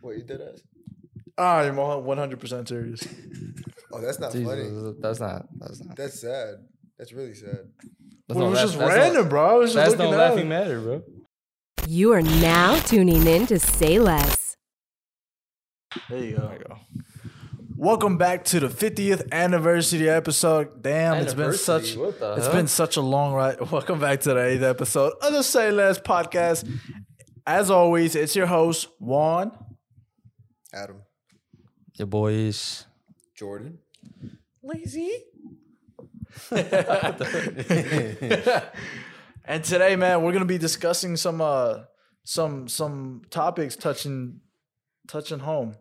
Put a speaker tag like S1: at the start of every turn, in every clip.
S1: What you did us?
S2: I'm 100% serious.
S1: Oh, that's not funny.
S3: Jesus, that's not. That's not.
S1: That's sad. That's really sad.
S2: Well,
S3: That's no
S2: it was
S3: laugh-
S2: just
S3: that's no-
S2: random, bro. I was just
S3: That's no
S2: looking
S3: laughing
S2: at it.
S3: matter, bro.
S4: You are now tuning in to Say Less.
S2: There you go. Welcome back to the 50th anniversary episode. Damn, it's been such
S3: Anniversary, what the
S2: it's
S3: hell?
S2: been such a long ride. Welcome back to the eighth episode of the Say Less podcast. As always, it's your host Juan.
S1: Adam,
S3: Your boys.
S1: Jordan,
S2: And today, man, we're gonna be discussing some uh some some topics touching touching home.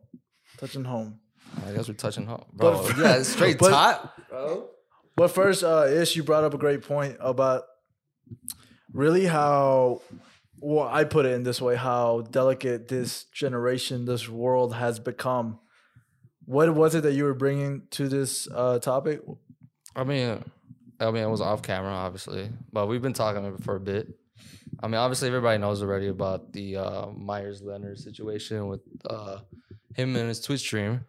S2: Touching home.
S3: I guess we're touching home, bro.
S1: Oh,
S2: But-
S3: yeah, straight
S2: but-
S3: top, bro.
S2: But first, uh Ish, you brought up a great point about really how well I put it in this way, how delicate this generation, this world has become. What was it that you were bringing to this uh topic?
S3: I mean, I mean, it was off camera, obviously, but we've been talking about it for a bit. I mean, obviously, everybody knows already about the uh, Myers Leonard situation with uh, him and his Twitch stream.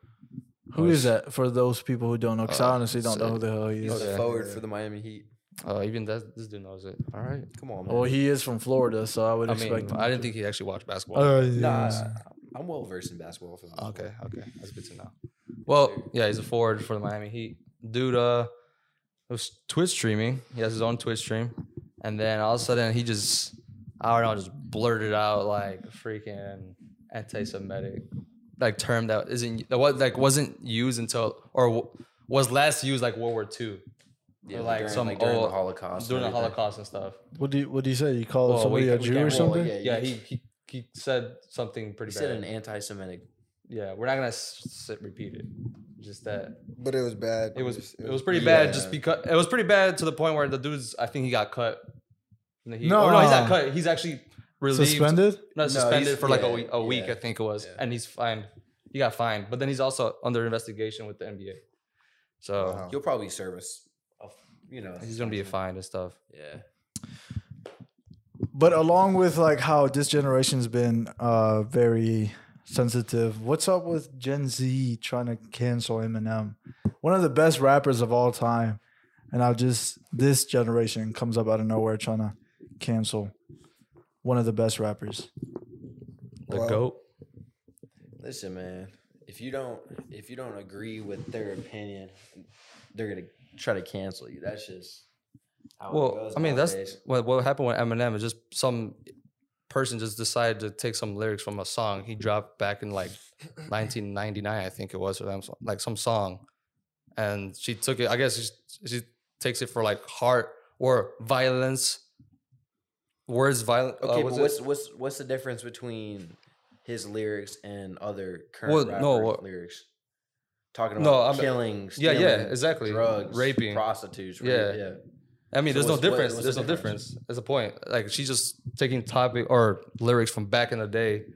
S2: Who is that for those people who don't know? Because I
S3: Uh,
S2: honestly don't
S3: so-
S2: know who the hell he
S1: he's
S2: is.
S3: Okay.
S1: the forward for the Miami Heat.
S3: Uh, even that this dude knows it. All right.
S1: Come on, man.
S2: Well, he is from Florida, so I would
S3: I
S2: expect
S3: mean,
S2: him.
S3: I didn't think he actually watched basketball.
S2: Uh,
S1: Nah, I'm well versed in basketball. For the most
S3: Okay,
S1: part.
S3: okay, that's good to know. Well, yeah, he's a forward for the Miami Heat. Dude, uh, was Twitch streaming. He has his own Twitch stream, and then all of a sudden he just, I don't know, just blurted out like freaking anti-Semitic, like term that isn't that was like wasn't used until or w- was last used like World War II
S5: Yeah,
S3: Or, like,
S5: during,
S3: some
S5: like during
S3: old-
S5: the Holocaust.
S3: during the
S5: and everything.
S3: Holocaust and stuff.
S2: What do you What do you say? You call
S3: Well, we
S2: somebody a
S3: can't- we
S2: Jew or
S3: can't- well,
S2: something?
S5: yeah,
S3: Yeah, he he, he said something pretty
S5: He
S3: bad.
S5: said an anti-Semitic.
S3: yeah, we're not gonna s- sit repeat it. Just that
S1: but it was bad.
S3: It was it was pretty bad just because it was pretty bad to the point where the dude's I think he got cut. No,
S2: No.
S3: no, he's not cut. He's actually relieved.
S2: Suspended?
S3: No, suspended
S5: he's-
S3: for like a
S5: yeah,
S3: week, a week
S5: yeah,
S3: I think it was,
S5: yeah.
S3: and he's fined. He got fined, but then he's also under investigation with the NBA. So
S2: Wow.
S5: You'll probably serve us. a- You know,
S3: he's gonna be fined and stuff.
S5: yeah.
S2: But along with like how this generation's been uh very sensitive. What's up with Gen Z trying to cancel Eminem? One of the best rappers of all time. And I just this generation comes up out of nowhere trying to cancel one of the best rappers.
S3: The
S1: Well,
S3: goat.
S5: Listen, man. If you don't, if you don't agree with their opinion, they're gonna try to cancel you. That's just how it
S3: Well,
S5: goes
S3: I mean that's
S5: nowadays.
S3: what what happened with Eminem is just some person just decided to take some lyrics from a song he dropped back in like 1999, I think it was, or them- like some song, and she took it. I guess she, she takes it for like heart or violence. Words violent.
S5: okay.
S3: uh, was
S5: but
S3: it-
S5: what's what's what's the difference between his lyrics and other current
S3: Well, no,
S5: rappers'
S3: what-
S5: lyrics? Talking
S3: No,
S5: about
S3: I'm-
S5: killing,
S3: yeah, yeah,
S5: stealing,
S3: exactly.
S5: drugs,
S3: Raping.
S5: prostitutes, rape,
S3: Yeah.
S5: yeah.
S3: I mean,
S5: So
S3: there's no
S5: what's- what-
S3: difference.
S5: what's the
S3: there's no
S5: difference?
S3: difference. That's the point. Like she's just taking topic or lyrics from back in the day,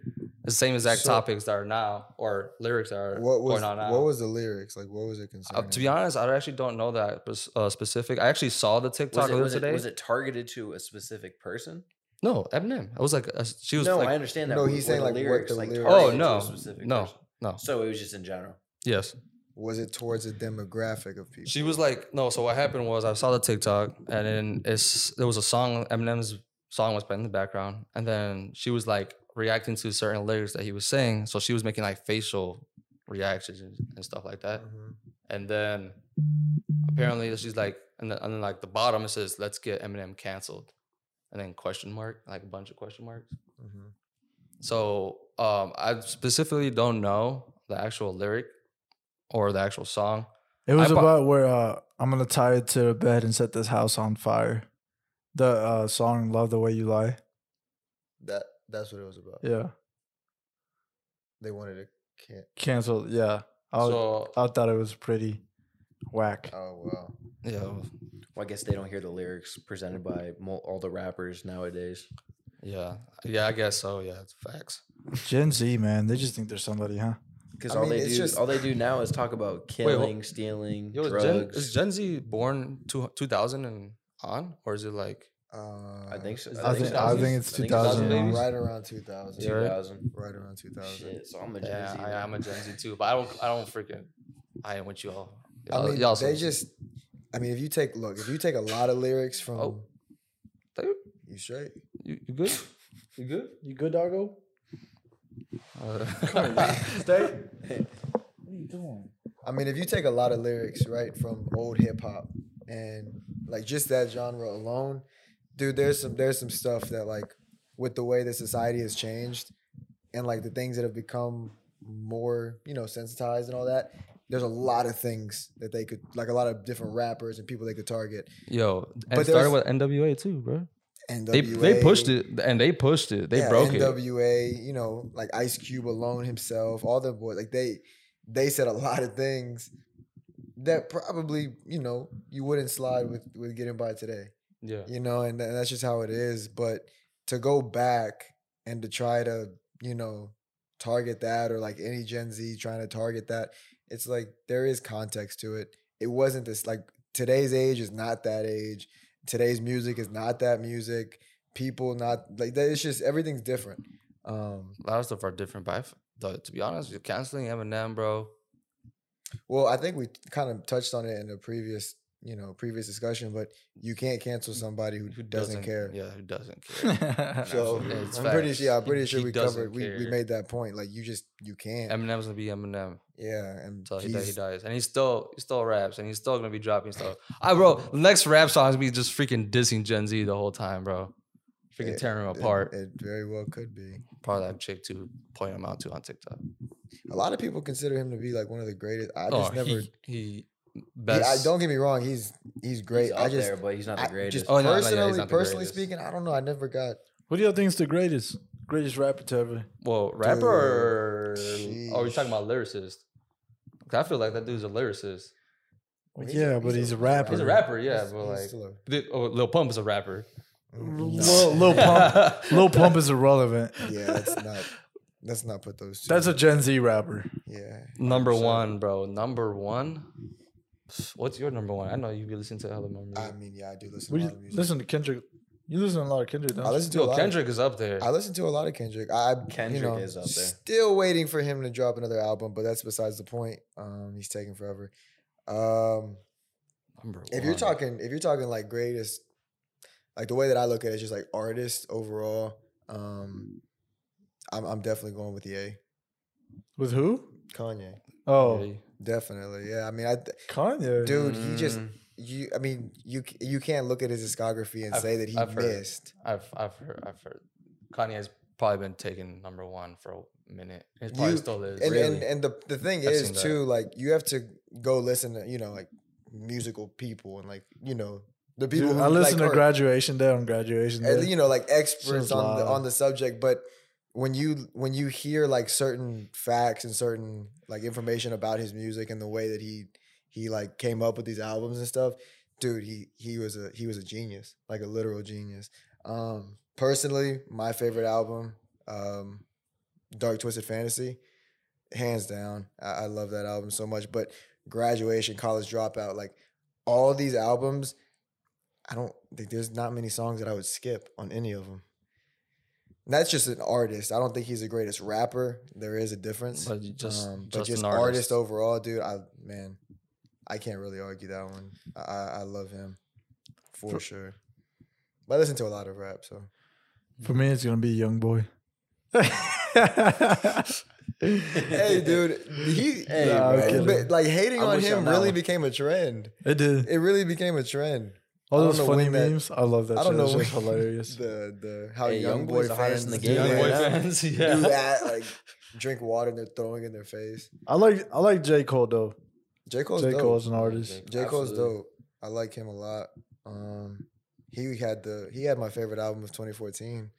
S3: the same exact
S1: So-
S3: topics that are now or lyrics that are
S1: What was
S3: going on now.
S1: what was the lyrics like? What was it
S3: Uh,
S1: concerning?
S3: to be honest, I actually don't know that pers- uh, specific. I actually saw the TikTok
S5: was it,
S3: earlier
S5: was, it,
S3: today.
S5: was it targeted to a specific person?
S3: No, Eminem. I was like, uh, she was
S5: no, I
S3: like,
S5: understand that.
S1: No,
S5: but
S1: he's
S5: were
S1: saying, like, what the lyrics-
S3: oh
S5: targeted to a
S3: no,
S5: specific
S3: no,
S5: person?
S3: no.
S5: So it was just in general.
S3: Yes,
S1: was it towards a demographic of people?
S3: she was like, no. So what happened was, I saw the TikTok, and then it's there was a song. Eminem's song was playing in the background, and then she was like reacting to certain lyrics that he was saying. So she was making like facial reactions and, and stuff like that.
S1: Mhm.
S3: And then apparently she's like, and then, and then like the bottom it says, "Let's get Eminem canceled," and then question mark, like a bunch of question marks.
S1: Mhm.
S3: So um, I specifically don't know the actual lyric or the actual song.
S2: It was
S3: I bu-
S2: about where uh, I'm gonna tie it to a bed and set this house on fire. The uh, song "Love the Way You Lie."
S1: That that's what it was about.
S2: Yeah,
S1: They wanted to can't.
S2: canceled. Yeah, I, was-
S3: so
S2: I thought it was pretty whack.
S1: Oh wow.
S3: yeah,
S5: Well, I guess they don't hear the lyrics presented by mo- all the rappers nowadays.
S3: yeah, yeah. I guess so. Yeah, it's facts.
S2: Gen Z, man, they just think they're somebody, huh?
S5: Because
S1: I
S5: all
S1: mean,
S5: they
S1: it's
S5: do,
S1: just-
S5: all they do now is talk about
S3: hold-
S5: killing, stealing,
S3: Yo, is Gen,
S5: drugs.
S3: is Gen Z born two two thousand and on, or is it like
S1: Uh,
S5: I think so.
S3: Is
S2: I think, I
S5: 2000.
S2: think it's
S5: I think
S2: 2000.
S3: babies?
S2: right?
S1: Right around 2000.
S3: Yeah, right?
S5: 2000.
S1: Right around 2000.
S5: Shit, so I'm a Gen
S3: Yeah,
S5: Z.
S3: I, I'm a
S5: man.
S3: Gen Z too, but I don't. I don't freaking. I am with you all.
S1: I
S3: Y'all-
S1: mean,
S3: y'all
S1: they
S3: some-
S1: just. I mean, if you take look, if you take a lot of lyrics from,
S3: Oh. Dude,
S1: you straight.
S3: you, you good? You good?
S2: You good, doggo?
S3: Uh,
S2: Stay. what are you doing?
S1: I mean, if you take a lot of lyrics right from old hip hop and like just that genre alone, dude, there's some there's some stuff that like with the way that society has changed and like the things that have become more you know sensitized and all that. There's a lot of things that they could like a lot of different rappers and people they could target.
S3: yo, and
S1: But
S3: it started
S1: there's-
S3: with NWA too, bro.
S1: And
S3: They they pushed it and they pushed it. They
S1: yeah,
S3: broke it.
S1: NWA, you know, like Ice Cube alone himself, all the boys, like they they said a lot of things that probably, you know, you wouldn't slide with with getting by today.
S3: Yeah,
S1: You know, and, tha- that's just how it is, but to go back and to try to, you know, target that or like any Gen Z trying to target that, it's like there is context to it. It wasn't this like today's age is not that age. Today's music is not that music. People not like that. It's just everything's different. Um,
S3: a lot of stuff are different. But I f- though, to be honest, you're canceling Eminem, bro.
S1: well, I think we kind of touched on it in the previous, you know, previous discussion, but you can't cancel somebody who, doesn't, care.
S3: Yeah, who doesn't care?
S1: So
S3: Absolutely. It's
S1: I'm pretty
S3: facts.
S1: sure. I'm
S3: He-
S1: pretty sure
S3: he
S1: we
S3: doesn't
S1: covered. We, we
S3: care.
S1: made that point. Like you just you can't.
S3: Eminem's gonna be Eminem
S1: yeah, and
S3: until he, die- he
S1: he's-
S3: dies, and he still he still raps, and he's still gonna be dropping stuff. I bro, the next rap song is me just freaking dissing Gen Z the whole time, bro. Freaking
S1: It-
S3: tearing them
S1: it-
S3: apart.
S1: It, very well could be.
S3: Probably that chick too pointing him out to on TikTok.
S1: A lot of people consider him to be like one of the greatest. I
S3: oh,
S1: just never.
S3: he, he
S1: he-
S3: best.
S1: I, don't get me wrong. He's he's great.
S5: He's
S1: I
S5: up
S1: just
S5: there, but he's not
S1: I-
S5: the greatest.
S1: just
S3: Oh, no, no, yeah, he's
S1: personally,
S3: not the
S1: personally
S3: greatest.
S1: speaking, I don't know. I never got.
S2: What do y'all think is the greatest? Greatest rapper to ever?
S3: Well, rapper.
S1: Dude,
S3: or- Oh, you're talking about lyricist. 'Cause I feel like that dude's a lyricist.
S2: Well,
S1: He's a-
S2: yeah,
S1: he's
S2: but
S1: a-
S2: he's a
S1: he's a
S2: rapper.
S3: He's a rapper, yeah,
S1: he's-
S3: but
S1: he's
S3: like,
S1: still
S3: Th- oh, Lil Pump is a rapper.
S1: a-
S2: Lil, Lil Pump. Lil Pump is irrelevant.
S1: yeah, that's not. Let's not put those. Two.
S2: That's a Gen Z rapper.
S1: yeah.
S3: Number
S1: 100%.
S3: one, bro. Number one. What's your number one? I know you be listening to hella more music.
S1: I mean, yeah, I do listen
S2: What
S1: to a
S2: do
S1: lot of
S2: you,
S1: music.
S2: listen to Kendrick. You listen to a lot of Kendrick, don't
S1: I
S2: you?
S1: listen to a
S3: Yo,
S1: lot. Of,
S3: Kendrick is up there.
S1: I listen to a lot of Kendrick. I
S5: Kendrick
S1: you know,
S5: is up there.
S1: Still waiting for him to drop another album, but that's besides the point. Um, he's taking forever. Um,
S3: number
S1: if you're
S3: one.
S1: talking, if you're talking like greatest, like the way that I look at it is just like artist overall. Um, I'm I'm definitely going with EA.
S2: With who?
S1: Kanye,
S2: Oh,
S3: Really?
S1: definitely. Yeah, I mean, I th-
S2: Kanye.
S1: dude, he just
S5: Mm.
S1: you. I mean, you c- you can't look at his discography and
S3: I've-
S1: say that he
S3: I've heard.
S1: missed.
S3: I've I've heard I've heard Kanye's probably been taking number one for a minute. It probably
S1: You-
S3: still is.
S1: and
S3: really.
S1: and, and the, the thing
S3: I've
S1: is
S3: seen that.
S1: too like you have to go listen to you know like musical people and like you know the people
S2: Dude,
S1: who
S2: I listen
S1: like,
S2: to
S1: are,
S2: graduation day on graduation
S1: uh,
S2: day.
S1: you know like experts
S2: Shit's
S1: on the,
S2: live.
S1: on the subject but when you when you hear like certain facts and certain like information about his music and the way that he he like came up with these albums and stuff dude he he was a he was a genius like a literal genius um personally my favorite album um dark twisted fantasy hands down I, I love that album so much but graduation college dropout like all these albums i don't think there's not many songs that i would skip on any of them and that's just an artist i don't think he's the greatest rapper there is a difference Um,
S3: But you just-
S1: but
S3: just
S1: just
S3: an
S1: artist.
S3: artist.
S1: overall dude i man i can't really argue that one i i, I love him for,
S2: For-
S1: sure but i listen to a lot of rap so
S2: For me, it's gonna be Young Boy.
S1: hey dude he
S5: Hey,
S2: Nah, I'm
S5: bro.
S2: kidding.
S1: but like hating
S5: I'm
S1: on
S5: with you on
S1: him
S5: that
S1: really
S5: one.
S1: became a trend
S2: it did.
S1: it really became a trend.
S2: All
S1: I don't
S2: those
S1: know
S2: funny
S1: when that-
S2: memes. I love that.
S1: I don't
S2: shit. It's
S1: know
S2: just
S1: when-
S2: hilarious.
S1: The the how
S5: Hey,
S1: young
S5: Youngboy's
S1: boy
S5: the hottest in the
S1: fans
S5: game
S3: Young
S5: Yeah.
S3: boy
S5: Yeah.
S3: fans,
S1: do
S3: yeah.
S1: that, like drink water and they're throwing it in their face.
S2: I like I like J Cole though.
S1: J Cole's
S2: J
S1: dope.
S2: Cole's an artist.
S1: J Cole's
S5: Absolutely.
S1: dope. I like him a lot. Um, he had the he had my favorite album of 2014,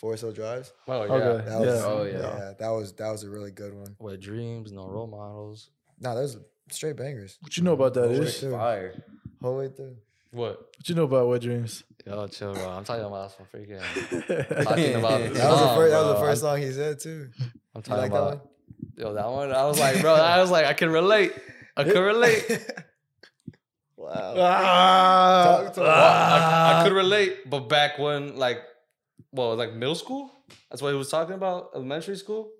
S1: Forest Hill Drives.
S3: Oh yeah.
S2: Okay.
S1: That was,
S2: Yeah.
S5: Oh, yeah.
S1: that was that was a really good one.
S3: Wet dreams, no role models.
S1: Nah, that was straight bangers.
S2: What you know about that
S1: Boy.
S2: is?
S1: Dude.
S5: Fire.
S1: Whole way through.
S3: What?
S2: What you know about Wet Dreams?
S3: Yo, chill, bro. I'm talking about some freaking.
S2: I
S3: Talking about
S5: That
S1: That was, the
S3: song,
S1: first, that was the
S3: bro.
S1: first song he said too.
S3: I'm
S1: You
S3: talking
S1: like that
S3: about
S1: one?
S3: yo that one. I was like, bro. I was like, I can relate. I can relate.
S1: Wow.
S5: Wow.
S2: Ah,
S1: Talk to
S3: Well, I, I
S2: ah.
S3: could relate, but back when like, well, like middle school. That's what he was talking about. Elementary school.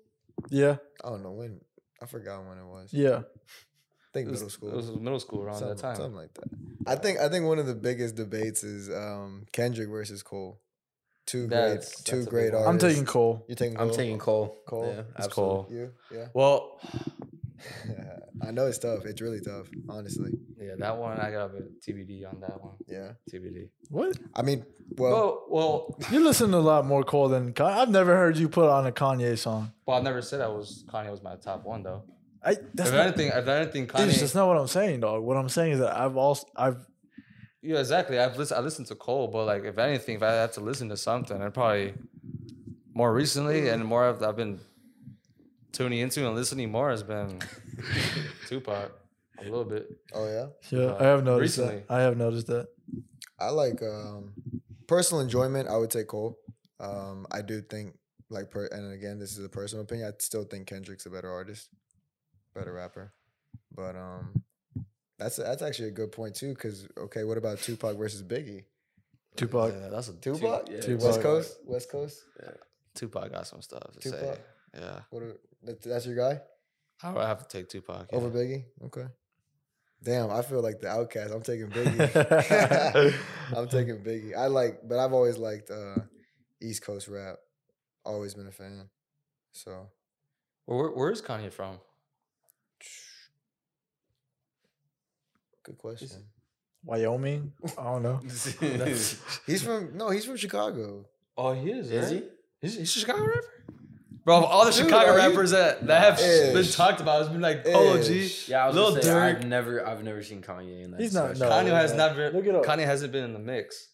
S2: yeah,
S1: I don't know when. I forgot when it was.
S2: yeah.
S1: I think
S3: It was,
S1: middle school.
S3: It was middle school around
S1: something,
S3: that time.
S1: something like that. I think I think one of the biggest debates is um, Kendrick versus Cole. Two great,
S3: That's-
S1: two
S3: that's a
S1: great
S3: big one.
S1: artists.
S2: I'm taking Cole.
S1: You're taking.
S5: I'm
S1: Cole?
S5: taking Cole.
S1: Cole?
S5: Yeah,
S1: It's
S3: It's
S5: absolutely.
S3: cool.
S1: You, yeah.
S3: Well,
S1: I know it's tough. It's really tough, honestly.
S3: yeah, that one I got a bit TBD on that one.
S1: Yeah.
S3: TBD.
S2: What?
S1: I mean, well,
S3: Well, well,
S2: You listen to a lot more Cole than Kanye. I've never heard you put on a Kanye song.
S3: well, I never said I was Kanye was my top one though.
S2: I that's
S3: if
S2: not,
S3: anything, if anything,
S2: dude,
S3: Kanye.
S2: that's not what I'm saying, dog. What I'm saying is that I've also I've
S3: yeah, exactly. I've listened. I listened to Cole, but like, if anything, if I had to listen to something, and probably more recently and more I've, I've been tuning into and listening more has been Tupac a little bit.
S1: oh yeah.
S2: yeah,
S3: Uh,
S2: I have noticed
S3: recently.
S2: that. I have noticed that.
S1: I like um, personal enjoyment. I would say Cole. Um, I do think like, per- and again, this is a personal opinion. I still think Kendrick's a better artist, better rapper. But um, that's that's actually a good point too. Because okay, what about Tupac versus Biggie?
S2: Tupac.
S3: Yeah, that's a
S1: Tupac,
S5: yeah,
S1: West
S2: Tupac.
S1: Coast, West Coast.
S3: Tupac got some stuff to say.
S1: Tupac.
S3: Yeah,
S1: What? Are, that, that's your guy
S3: I would have to take Tupac yeah.
S1: over Biggie. Okay. Damn, I feel like the outcast. I'm taking Biggie. I'm
S2: I'm
S1: taking Biggie. I like, but I've always liked uh, East Coast rap. Always been a fan. So
S3: Where, where- where is Kanye from?
S1: good question.
S2: Wyoming. I don't know.
S1: He's from no, he's from Chicago.
S3: Oh, he is.
S5: Is
S3: right?
S5: he?
S3: He's, he's a Chicago rapper. Bro, of all the
S1: Dude,
S3: Chicago
S1: are you-
S3: rappers that, that have been
S1: Ish.
S3: talked about, it's been like Polo G.
S1: Ish.
S5: Yeah, I was
S3: Lil
S5: gonna say, I've
S3: Durk.
S5: never, I've never seen Kanye in that.
S2: He's not-
S5: discussion.
S2: no.
S3: Kanye has
S2: yeah.
S3: not been.
S2: Look it up.
S3: Kanye hasn't been in the mix.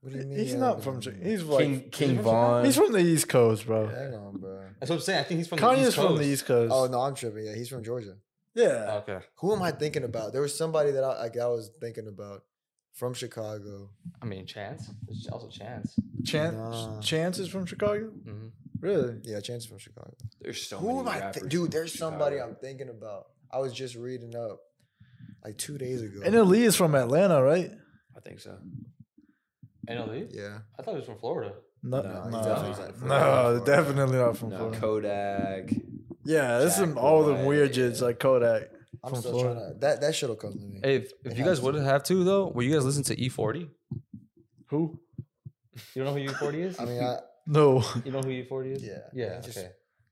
S1: What do you mean?
S2: He's
S1: he
S2: not
S1: hasn't
S2: from.
S1: been-
S2: Chi- He's like
S5: King, King Vaughn.
S2: he's from the East Coast, bro.
S1: Hang on, bro.
S3: That's what I'm saying. I think he's from the
S2: Kanye's
S3: East Coast.
S2: from the East Coast.
S1: Oh no, I'm tripping. Yeah, he's from Georgia.
S2: yeah.
S3: Okay.
S1: Who am I thinking about? There was somebody that I like, I was thinking about from Chicago.
S3: I mean, Chance. There's also Chance.
S2: Chan-
S1: Nah.
S2: Chance is from Chicago.
S3: hmm
S2: Really?
S1: Yeah, Chance is from Chicago.
S5: There's so
S1: Who am
S5: many
S1: I? thi-
S5: rappers
S1: Dude,
S5: from
S1: there's somebody
S5: Chicago.
S1: I'm thinking about. I was just reading up like two days ago.
S2: And Ali is from Atlanta, right?
S5: I think so.
S3: NLE?
S1: yeah,
S3: I thought he was from Florida.
S2: No,
S1: No,
S2: no,
S1: he's
S2: no,
S1: definitely
S2: definitely,
S1: not from Florida.
S2: not from
S5: No,
S2: Florida.
S5: Kodak.
S2: yeah, this is
S5: Jack
S2: all the
S5: White,
S2: weird jits
S5: yeah.
S2: like Kodak.
S1: I'm
S2: From
S1: still
S2: Florida.
S1: trying to. That that shit'll come to me.
S3: Hey, if,
S1: It
S3: if you guys
S1: has.
S3: wouldn't have to, though, will you guys listen to E E40?
S2: Who?
S3: You don't know who E40 is?
S1: I mean, I,
S2: No.
S3: you know who E40 is?
S1: Yeah,
S3: Yeah,
S1: it's just-
S3: okay.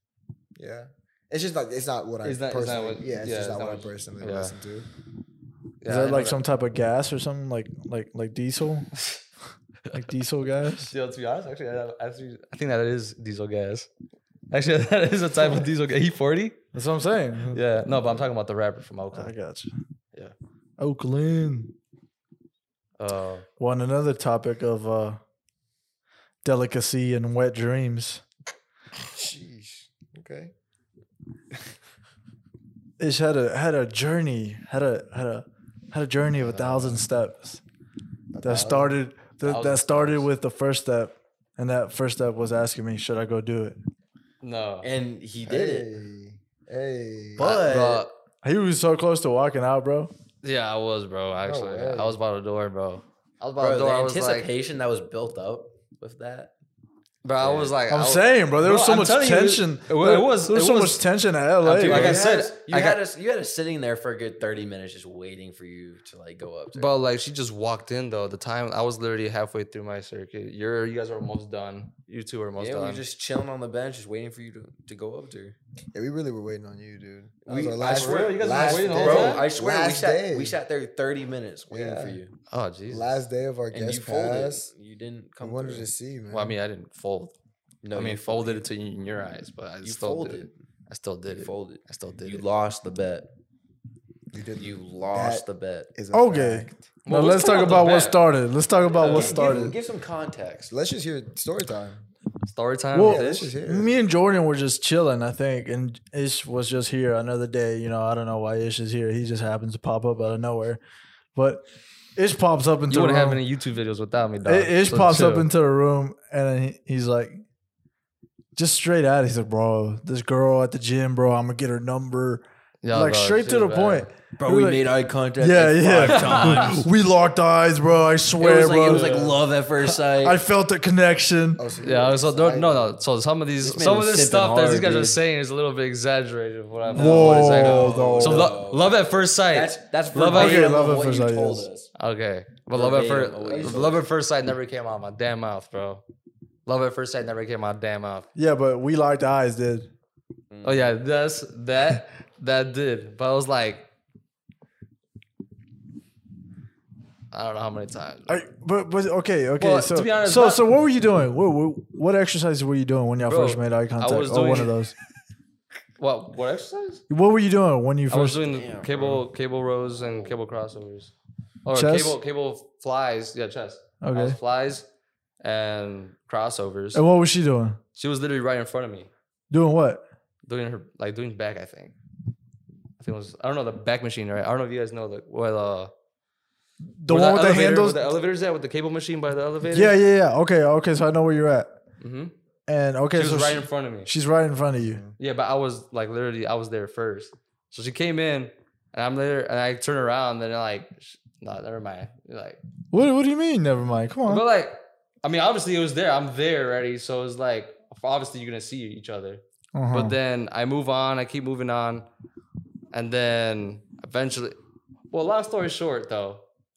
S1: yeah. It's just like it's not what I
S3: It's not- it's not
S1: personally.
S3: what-
S1: yeah, it's
S3: yeah,
S1: just
S3: it's
S1: not
S3: not
S1: what I
S3: what-
S1: personally
S3: yeah.
S1: listen to.
S3: Yeah,
S2: is
S3: I
S2: that
S3: know
S2: like some type of gas or something like like like diesel? like diesel gas?
S3: Yo, to be honest, actually, I, I actually- I think that is diesel gas. Actually, that is a type of diesel gas. E40?
S2: That's what I'm saying.
S3: Yeah, no, but I'm talking about the rapper from
S2: I
S3: Oakland.
S2: got you.
S3: Yeah.
S2: Oakland.
S3: Uh,
S2: Well, on another topic of uh delicacy and wet dreams.
S1: Sheesh. Okay.
S2: Ish had a had a journey, had a had a had a journey of a thousand steps that started that,
S3: Thousand
S2: that started
S3: steps.
S2: with the first step, and that first step was asking me, "Should I go do it?"
S3: no,
S5: And he
S1: Hey.
S5: did it.
S1: Hey.
S5: But
S3: Bro,
S2: He was so close to walking out, bro.
S3: yeah, I was, bro. Actually,
S1: way.
S3: I was by the door, bro. I was by
S5: bro,
S3: the door.
S5: the
S3: I was like,
S5: anticipation that was built up with that.
S3: bro, I was like,
S2: I'm
S3: I was-
S2: saying, bro, there was
S3: Bro,
S2: so
S3: I'm
S2: much
S3: telling you,
S2: tension.
S3: it wa-
S2: There-
S3: it was-
S2: there was
S3: it
S2: so
S3: was-
S2: much tension in LA.
S3: dude,
S2: bro.
S3: like I
S5: You
S3: said,
S5: had us- you
S3: I
S5: had
S3: got-
S5: us, you had us sitting there for a good thirty minutes, just waiting for you to like go up. To
S3: bro, like she just walked in though. The time I was literally halfway through my circuit. You're, you guys are almost done. You two are almost
S5: yeah, we were
S3: done.
S5: just chilling on the bench, just waiting for you to, to go up to. her.
S1: Yeah, we really were waiting on you, dude. That was
S5: We-
S1: our
S5: I swear, you guys
S3: were waiting the whole
S5: Bro,
S3: time?
S5: I swear, we
S1: last
S5: sat,
S1: day.
S5: we sat there thirty minutes waiting for
S1: Yeah.
S5: you,
S3: oh Jesus.
S1: last day of our
S5: and you
S1: guest
S5: folded.
S1: pass.
S5: You didn't
S1: I
S5: come.
S1: wanted
S5: through.
S1: to see, man.
S3: well, I mean, I didn't fold.
S5: Mm-hmm. no,
S3: I mean,
S5: you
S3: folded it to you in your eyes, but I
S5: You
S3: still did.
S5: folded.
S3: It. I still did
S5: You
S3: it.
S5: folded.
S3: I still did
S5: You
S3: it.
S5: lost the bet.
S1: you did.
S5: You lost
S1: That
S5: the bet.
S1: is a
S2: okay.
S1: fact.
S2: Now
S3: Well,
S2: let's
S3: let's
S2: talk
S3: talk
S2: about
S3: about the
S2: what
S3: back.
S2: started. Let's talk about Oh, what
S5: Give- give-
S2: started.
S5: Give, some context.
S1: Let's just hear story time.
S3: Story time.
S2: Well,
S3: with
S1: let's
S3: Ish?
S1: just hear it.
S2: me and Jordan were just chilling, I think, and Ish was just here another day. You know, I don't know why Ish is here. He just happens to pop up out of nowhere, but Ish pops up into
S3: you
S2: the
S3: wouldn't have
S2: room.
S3: any YouTube videos without me, dog.
S2: I- Ish
S3: so
S2: pops up
S3: chill.
S2: into the room and then he, he's like, just straight out. He's like, bro, this girl at the gym, bro, I'm gonna get her number.
S3: Yeah,
S2: like
S3: bro,
S2: straight
S3: she
S2: to the
S3: was bad.
S2: point.
S5: Bro,
S2: We
S5: we
S2: like-
S5: made eye contact.
S2: Yeah,
S5: like
S2: yeah.
S5: Five times.
S2: we locked eyes, bro. I
S5: it
S2: swear,
S5: was like
S2: bro.
S5: it was like love at first sight.
S2: I felt the connection.
S1: Oh, so you
S3: Yeah,
S1: were
S3: so no,
S1: excited.
S3: no, no. So some of these,
S5: This man
S3: some of
S5: was
S3: this
S5: sipping
S3: stuff that these
S5: hard,
S3: guys are
S5: dude.
S3: saying is a little bit exaggerated. What I what is
S2: Whoa, though.
S3: So
S5: No.
S3: lo- love at first sight.
S5: that's that's
S3: Love at-
S5: verbatim
S2: Okay, love
S5: of
S2: at
S5: what
S2: first
S5: you
S2: sight,
S5: told
S2: yes.
S5: us.
S3: okay, but love at
S5: Verbatim,
S3: first
S5: always.
S3: love at first sight never came out of my damn mouth, bro. Love at first sight never came out of my damn mouth.
S2: Yeah, but we locked eyes, did.
S3: Oh yeah, that's that that did. But I was like, I don't know how many times.
S2: I, but but okay, okay.
S3: Well,
S2: so
S3: to be honest,
S2: so
S3: not-
S2: so what were you doing? What, what, what exercises were you doing when y'all
S3: Bro,
S2: first made eye contact?
S3: was
S2: or one
S3: doing-
S2: of those.
S3: What what exercise?
S2: What were you doing when you
S3: I was
S2: first?
S3: doing the
S5: Damn,
S3: cable cable rows and cable crossovers, or
S2: Chest?
S3: cable cable flies. Yeah, chest. I
S2: Okay.
S3: was flies and crossovers.
S2: And what was she doing?
S3: She was literally right in front of me,
S2: Doing what?
S3: doing her like doing back. I think. I think it was I don't know the back machine right. I don't know if you guys know the well uh
S2: The one
S3: where
S2: with the
S3: elevator- where
S2: handles.
S3: The elevators at with the cable machine by the elevator.
S2: yeah, yeah, yeah. Okay, okay. So I know where you're at.
S3: hmm
S2: And okay,
S3: she was
S2: so
S3: right
S2: she-
S3: in front of me.
S2: she's right in front of you.
S3: Yeah, but I was like literally, I was there first. So she came in, and I'm there, and I turn around, and then like, sh- no, never mind. Like,
S2: What What do you mean? Never mind. Come
S3: but
S2: on.
S3: like, I mean, obviously it was there. I'm there already, so it's like obviously you're gonna see each other.
S2: Uh-huh.
S3: But then I move on, I keep moving on, and then eventually, well, long story short, though,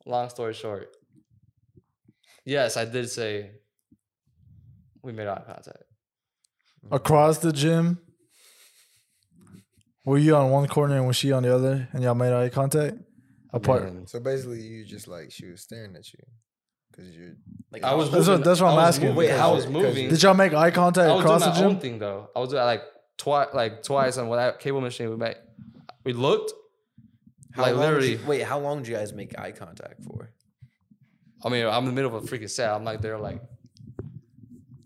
S3: long story short, yes, I did say we made eye contact.
S2: across the gym. Were you on one corner and was she on the other, and y'all made eye contact? Apart.
S3: And
S1: So basically, you just like she was staring at you because you're.
S5: Like,
S3: I was.
S2: That's what-
S3: moving-
S2: that's what I'm
S3: I was
S2: asking,
S3: moving- Wait,
S1: because
S3: I
S1: you-
S3: was
S1: because you-
S3: moving.
S2: Did y'all make eye
S3: I
S2: contact
S3: was
S2: across
S3: doing
S2: the
S3: my
S2: gym?
S3: own thing though. I was doing like twice, like twice on what that cable machine we made. We looked.
S5: how
S3: like
S5: long did
S3: literally,
S5: you- wait, how long do you guys make eye contact for?
S3: I mean, I'm in the middle of a freaking set. I'm like there, like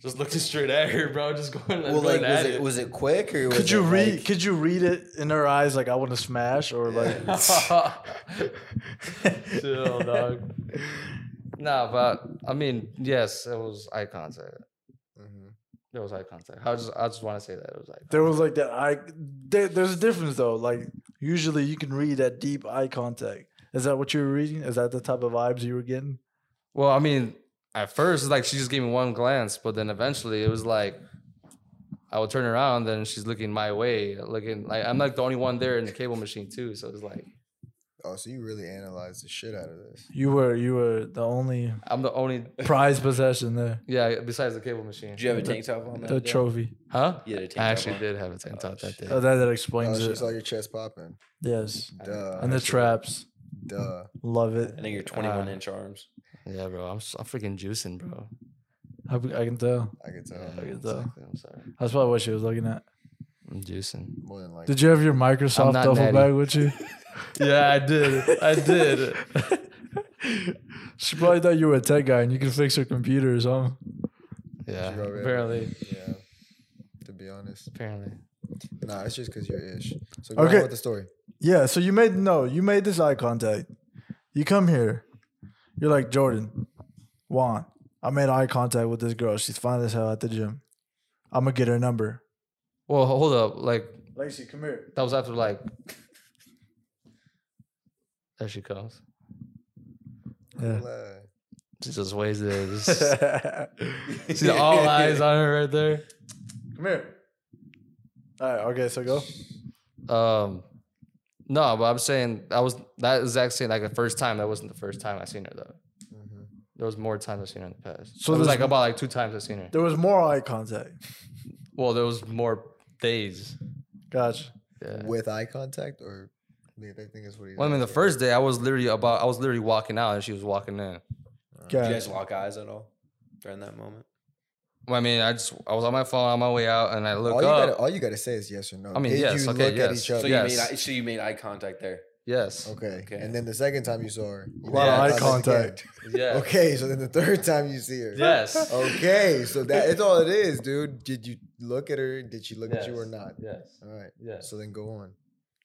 S3: just looking straight at her, bro. Just going,
S5: Well,
S3: going
S5: like
S3: at
S5: was it was it quick or was
S2: Could you
S5: it,
S2: read?
S5: like-
S2: could you read it in her eyes? Like I want to smash, or like
S3: Chill, dog. Nah, but I mean, yes, it was eye contact.
S5: Mm-hmm.
S1: Mhm.
S3: It was eye contact. I just, I just want to say that it was eye contact.
S2: there was like that eye. There, there's a difference though. Like usually you can read that deep eye contact. Is that what you were reading? Is that the type of vibes you were getting?
S3: Well, I mean, at first, it's like she just gave me one glance, but then eventually it was like I would turn around and she's looking my way, looking like I'm like the only one there in the cable machine too. So it's like
S1: Oh, so you really analyzed the shit out of this.
S2: You were you were the only
S3: I'm the only
S2: prize possession there.
S3: yeah besides the cable machine.
S5: Did you have a tank top on?
S2: The trophy.
S3: Huh?
S5: Yeah, the tank
S3: I
S5: top
S3: actually
S5: on.
S3: did have a tank top that day.
S2: Oh, that that
S1: Oh,
S2: explains
S1: she
S2: it.
S1: saw your chest popping.
S2: yes,
S1: Duh.
S2: and the traps.
S1: Duh.
S2: Love it.
S5: I think your 21
S3: Uh,
S5: inch arms.
S3: Yeah, bro, I'm s- I'm freaking juicing, bro.
S2: I, I can tell.
S1: I could tell.
S3: Yeah,
S2: I get that.
S3: exactly, I'm sorry,
S2: That's probably what she was looking at.
S3: I'm juicing.
S1: More than like.
S2: Did you have your Microsoft
S3: not
S2: duffel
S3: natty.
S2: bag with you?
S3: Yeah, I did. I did.
S2: She probably thought you were a tech guy and you can fix her computer or something.
S3: yeah,
S1: She wrote it.
S3: apparently,
S1: Yeah. To be honest,
S3: apparently.
S1: nah. It's just because you're ish. So go
S2: Okay.
S1: on with the story.
S2: Yeah, so you made no, you made this eye contact. You come here. You're like, Jordan, Juan, I made eye contact with this girl. She's fine as hell at the gym. I'm gonna get her number.
S3: Well, hold up, like
S2: Lacey, come here.
S3: That was after like. There she comes.
S2: Yeah.
S1: Lie.
S3: She just waves it. Just,
S2: come
S3: she's all eyes on her right there.
S2: here. All right, okay, so go.
S3: Um, no, but I'm saying that was that exact same like the first time. That wasn't the first time I seen her though.
S1: Mm-hmm.
S3: There was more times I've seen her in the past.
S2: So
S3: So it was
S2: there's
S3: like about like two times I've seen her.
S2: There was more eye contact.
S3: Well, there was more days.
S2: Gotcha.
S3: Yeah.
S1: With eye contact, or I think that's what he.
S3: Well, I mean, the first day I was literally about I was literally walking out and she was walking in.
S5: Did you guys
S2: Gotcha.
S5: lock eyes at all during that moment?
S3: I mean, I just I was on my phone on my way out and I look
S1: all Oh, you,
S3: up.
S1: gotta, all you gotta say is yes or no.
S3: I mean,
S1: Did
S3: yes,
S1: you
S3: okay,
S1: look at
S3: yes.
S1: each
S3: So
S1: other?
S5: So
S3: Yes.
S5: you made eye, so you made eye contact there.
S3: yes.
S1: Okay.
S5: Okay.
S1: And then the second time you saw her, you
S2: A lot
S1: made
S3: Yeah,
S2: of eye
S3: that's-
S2: contact.
S3: Yeah.
S1: again. Okay. Oh. So then the third time you see her.
S3: Yes.
S1: Okay. So that it's all it is, dude. Did you look at her? Did she look at you or
S3: Yes.
S1: not?
S3: Yes.
S1: All right.
S3: Yes.
S1: So then go on.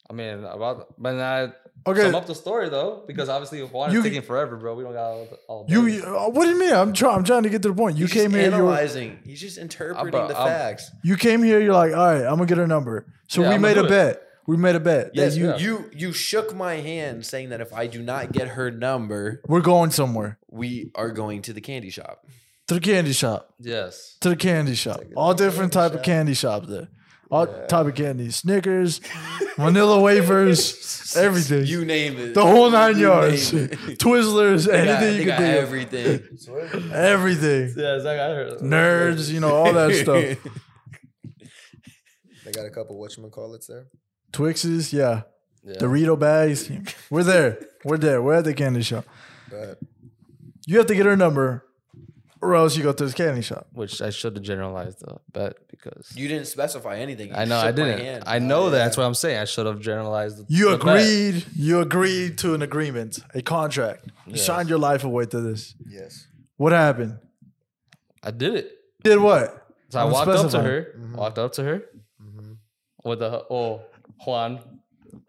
S3: I mean, about but I
S2: Okay.
S3: sum up the story though, because obviously Juan
S2: You-
S3: is taking forever, bro. We don't got all, the- all
S2: You,
S3: day.
S2: you uh, what do you mean? I'm trying. I'm trying to get to the point. You
S5: He's
S2: came
S5: just
S2: here. You, were,
S5: analyzing. He's just interpreting
S3: bro,
S5: the
S3: I'm-
S5: facts.
S2: you came here. You're like, all right, I'm gonna get her number. So
S3: Yeah,
S2: we
S3: I'ma
S2: made
S3: do
S2: a
S3: it.
S2: bet. We made a bet. that
S5: Yes,
S2: you,
S5: you you you shook my hand saying that if I do not get her number,
S2: We're going somewhere
S5: we are going to the candy shop.
S2: to the candy shop.
S3: Yes.
S2: To the candy shop.
S1: Take it
S2: All
S1: to the
S2: different
S1: candy
S2: type of
S1: shop.
S2: candy shops there. All type of candy. Snickers, vanilla wafers, everything.
S5: You name it.
S2: the whole nine
S5: You
S2: yards.
S5: name it.
S2: Twizzlers,
S5: They got,
S2: anything
S5: they
S2: you
S5: got
S2: can think of.
S5: everything.
S2: Everything.
S3: Yeah, Zach, I heard that.
S2: Nerds, you know, all that stuff.
S1: They got a couple whatchamacallits there.
S2: Twixes, yeah.
S3: Yeah.
S2: Dorito bags. We're there. We're there. We're at the candy shop.
S1: But
S2: You have to get her number, or else you go to this candy shop.
S3: Which I should have generalized the bet because
S5: You didn't specify anything. You
S3: I know I
S5: shook my
S3: didn't.
S5: hand.
S3: I know that. That's what I'm saying. I should have generalized. The,
S2: You
S3: the bet.
S2: agreed. You agreed to an agreement, a contract. You
S3: Yes.
S2: signed your life away to this.
S1: yes.
S2: What happened?
S3: I did it.
S2: Did what?
S3: So I
S2: I'm
S3: walked up to
S2: specifying. Mm-hmm.
S3: her. Walked up to her. With the oh Juan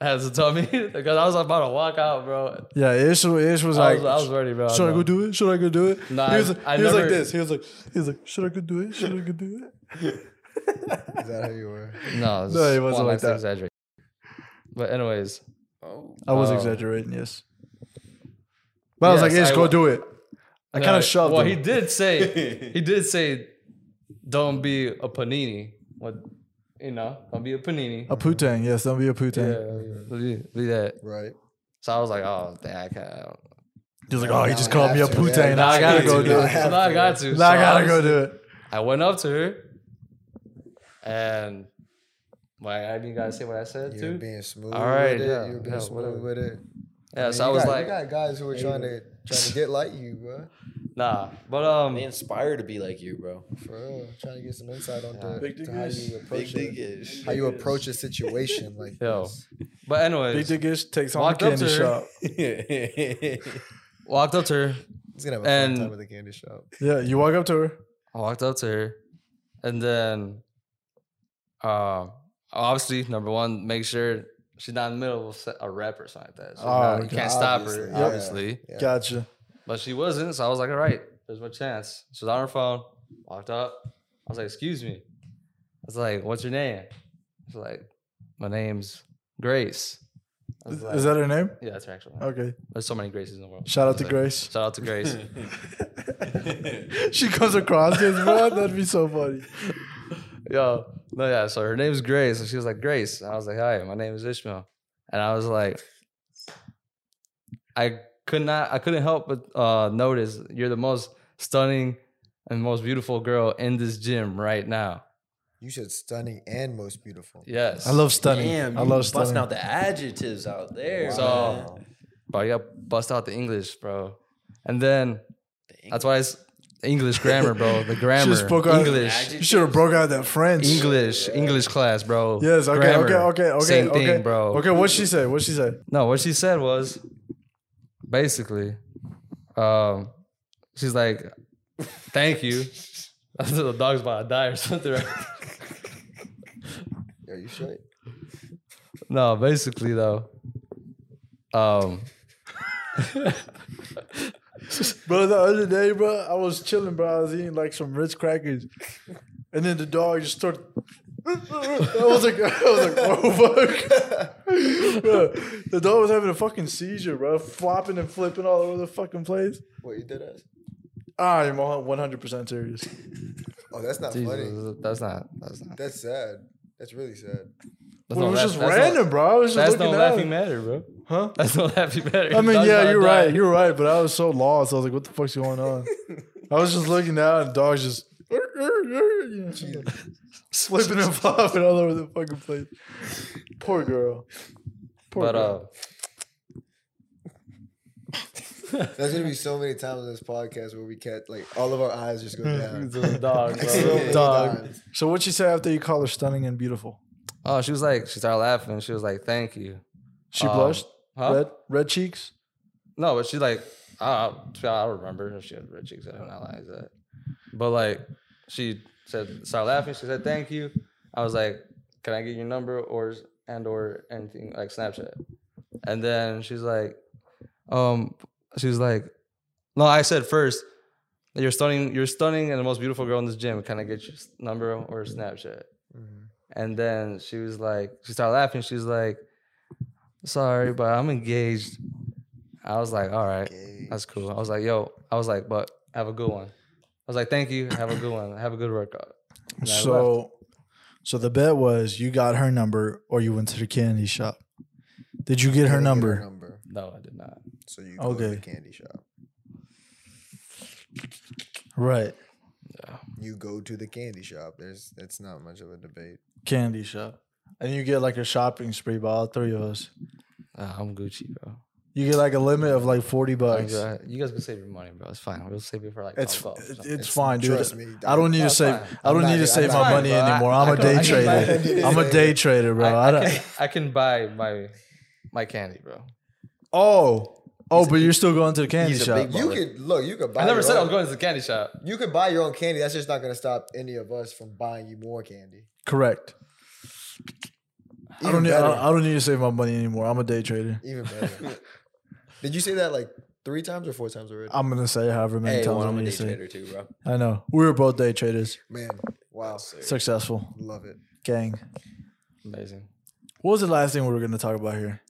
S3: has to tell me because I was about to walk out, bro.
S2: Yeah, Ish, wa- Ish was
S3: I
S2: like,
S3: was, I was ready, bro. I
S2: should I
S3: know.
S2: go do it? Should I go do it?
S3: Nah,
S2: he was,
S3: I
S2: he was like
S3: never-
S2: this. He was like, he was like, should I go do it? Should I go do it?
S1: Is that how you were?
S3: No,
S2: No, it wasn't like that.
S3: Exaggerate. But anyways,
S5: Oh,
S2: I was
S3: Oh.
S2: exaggerating, yes. But I was
S3: Yes,
S2: like, Ish,
S3: I
S2: go
S3: wa-
S2: do it. I kind
S3: No,
S2: of shoved
S3: Well,
S2: him.
S3: he did say he did say, "Don't be a panini." What you know? Don't be a panini.
S2: A putang, yes, don't be a putang.
S3: Yeah, be- be that.
S1: Right.
S3: So I was like, "Oh, dang, I can't."
S2: He was like, oh, he
S1: Now
S2: just
S1: I
S2: called
S1: have
S2: me a
S1: to,
S2: putang.
S1: yeah.
S2: Now I gotta go
S1: to,
S2: do
S1: now I
S2: it.
S1: have
S3: So now I got to.
S2: Now I
S3: So
S2: gotta
S3: was-
S2: go do it.
S3: I went up to her, and like, I mean, you gotta say what I said
S1: You're
S3: too.
S1: being smooth.
S3: All right,
S1: with it.
S3: yeah,
S1: You're being
S3: yeah,
S1: smooth
S3: whatever.
S1: with it.
S3: yeah.
S1: Man,
S3: so I
S1: you
S3: was
S1: got-
S3: like,
S1: you got guys who are trying to trying to get like you, bro.
S3: nah. But um,
S5: they inspire to be like you, bro.
S1: For real, trying to get some insight on the,
S2: Big dick
S1: to how
S2: is-
S1: you approach it,
S5: ish.
S1: how you approach a situation. Like,
S3: yo.
S1: this.
S3: But
S2: Big
S3: anyways,
S2: Dick Ish takes on the
S3: Walked up
S2: candy
S3: to her.
S2: shop.
S3: walked up to her,
S1: he's gonna have a fun
S3: And-
S1: time with the candy shop.
S2: Yeah, you walk up to her.
S3: I walked up to her, and then, uh, obviously, number one, make sure she's not in the middle of se- a rep or something like that. So
S2: Oh,
S3: not- you
S2: okay.
S3: can't stop
S1: Obviously,
S3: her,
S1: yeah.
S3: obviously.
S1: Yeah.
S2: Gotcha.
S3: But she wasn't, so I was like, all right, there's my chance. She was on her phone, walked up. I was like, excuse me. I was like, what's your name? She's like, my name's Grace. I was
S2: Is,
S3: like-
S2: is that her name?
S3: yeah, that's her actual name.
S2: Okay.
S3: There's so many Graces in the world.
S2: Shout
S3: I
S2: out
S3: was
S2: to
S3: like,
S2: Grace.
S3: Shout out to Grace.
S2: she comes across this one. That'd be so funny.
S3: Yo, no, yeah. So her name's Grace, and she was like, Grace. And I was like, Hi, my name is Ishmael. And I was like, I could not, I couldn't help but uh, notice you're the most stunning and most beautiful girl in this gym right now.
S1: You said stunning and most beautiful.
S3: Yes,
S2: I love stunning.
S5: Damn,
S2: I
S5: you
S2: love
S5: busting
S2: stunning.
S5: out the adjectives out there.
S3: So-
S5: man.
S3: Bro, you got bust out the English, bro. And then that's why it's English grammar, bro. The grammar,
S2: spoke out-
S3: English,
S2: you should have broke out that French.
S3: English, English class, bro.
S2: Yes. Okay.
S3: Grammar,
S2: Okay. Okay. Okay.
S3: Same
S2: okay.
S3: thing, bro.
S2: Okay. What she say? What she say?
S3: No, what she said was basically, um, she's like, "Thank you." I said the dog's about to die or something. Right?
S1: Are you sure?
S3: No, basically though, um,
S2: Bro, the other day, bro, I was chilling, bro. I was eating like some Ritz crackers, and then the dog just started. I was like, I was like, oh fuck, bro. The dog was having a fucking seizure, bro, flopping and flipping all over the fucking place.
S1: What you did us?
S2: I'm one hundred percent serious.
S1: Oh, that's not funny.
S3: Jesus, that's not that's not
S1: That's sad. That's really sad.
S2: Well,
S3: that's no
S2: it was
S3: laugh-
S2: just
S3: that's no-
S2: random, bro. I was just
S3: that's no
S2: looking at
S3: laughing
S2: it.
S3: matter, bro.
S2: huh?
S3: That's no laughing matter.
S2: I mean,
S3: Dog's about
S2: yeah,
S3: to
S2: you're
S3: die.
S2: right, you're right. But I was so lost. I was like, what the fuck's going on? I was just looking down, and the dog's just. you know. flipping and flopping all over the fucking place. Poor girl. Poor
S3: But uh,
S2: girl.
S1: There's gonna be so many times in this podcast where we catch like all of our eyes just go down.
S3: the dog, bro.
S1: So many
S3: dog.
S1: times.
S2: so what'd she say after you call her stunning and beautiful?
S3: Oh, she was like, she started laughing. She was like, "Thank you."
S2: She
S3: Um,
S2: blushed.
S3: huh?
S2: Red red cheeks.
S3: No, but she like I I I don't remember if she had red cheeks. I don't know like that. But like she said, started laughing. She said, "Thank you." I was like, "Can I get your number or and or anything like Snapchat?" And then she's like, "Um," she was like, "No, I said first, you're stunning. You're stunning and the most beautiful girl in this gym. Can I get your s- number or Snapchat?" And then she was like, she started laughing. She's like, sorry, but I'm engaged. I was like, all right, that's cool. I was like, yo, I was like, but have a good one. I was like, thank you. Have a good one. Have a good workout. And I left.
S2: So, so the bet was you got her number or you went to the candy shop. Did you get her number?
S3: no, I did not.
S1: So you go to the
S2: Okay.
S1: candy shop.
S2: Right.
S1: You go to the candy shop. There's that's not much of a debate.
S2: Candy shop. And you get like a shopping spree by all three of us.
S3: Uh, I'm Gucci, bro.
S2: You get like a limit of like 40
S3: Like,
S2: bucks.
S3: uh, you guys can save your money, bro. It's fine. We'll save it for like
S2: It's,
S3: Topgolf or
S2: it's
S3: something.
S2: it's fine, dude.
S1: Trust me,
S2: I don't need to
S3: That's
S2: save.
S3: fine.
S2: I don't
S1: I'm
S2: need to
S1: not-
S2: save
S1: I'm
S2: my
S3: fine,
S2: money
S3: bro. I-
S2: anymore.
S3: I
S2: I'm a
S3: can-
S2: day
S3: I can buy-
S2: trader. I'm a day trader, bro.
S3: I,
S2: I
S3: I
S2: don't-
S3: can, I can buy my my candy, bro.
S2: oh, oh, but you're still going to the candy
S5: he's a
S2: shop.
S5: big
S1: You
S5: Baller.
S1: could look. You could buy.
S3: I never
S1: your
S3: said I
S1: own-
S3: was going to the candy shop.
S1: You could buy your own candy. That's just not going to stop any of us from buying you more candy.
S2: Correct. I
S1: Even
S2: don't need. I
S1: better.
S2: don't, I don't need to save my money anymore. I'm a day trader.
S1: Even better. Did you say that like three times or four times already?
S2: I'm gonna say however many
S5: Hey,
S2: times
S5: one,
S2: I
S5: I'm a
S2: need
S5: day
S2: to say.
S5: trader too, bro.
S2: I know we were both day traders.
S1: Man, wow,
S2: Successful
S1: love it.
S2: gang.
S3: Amazing.
S2: What was the last thing we were gonna talk about here?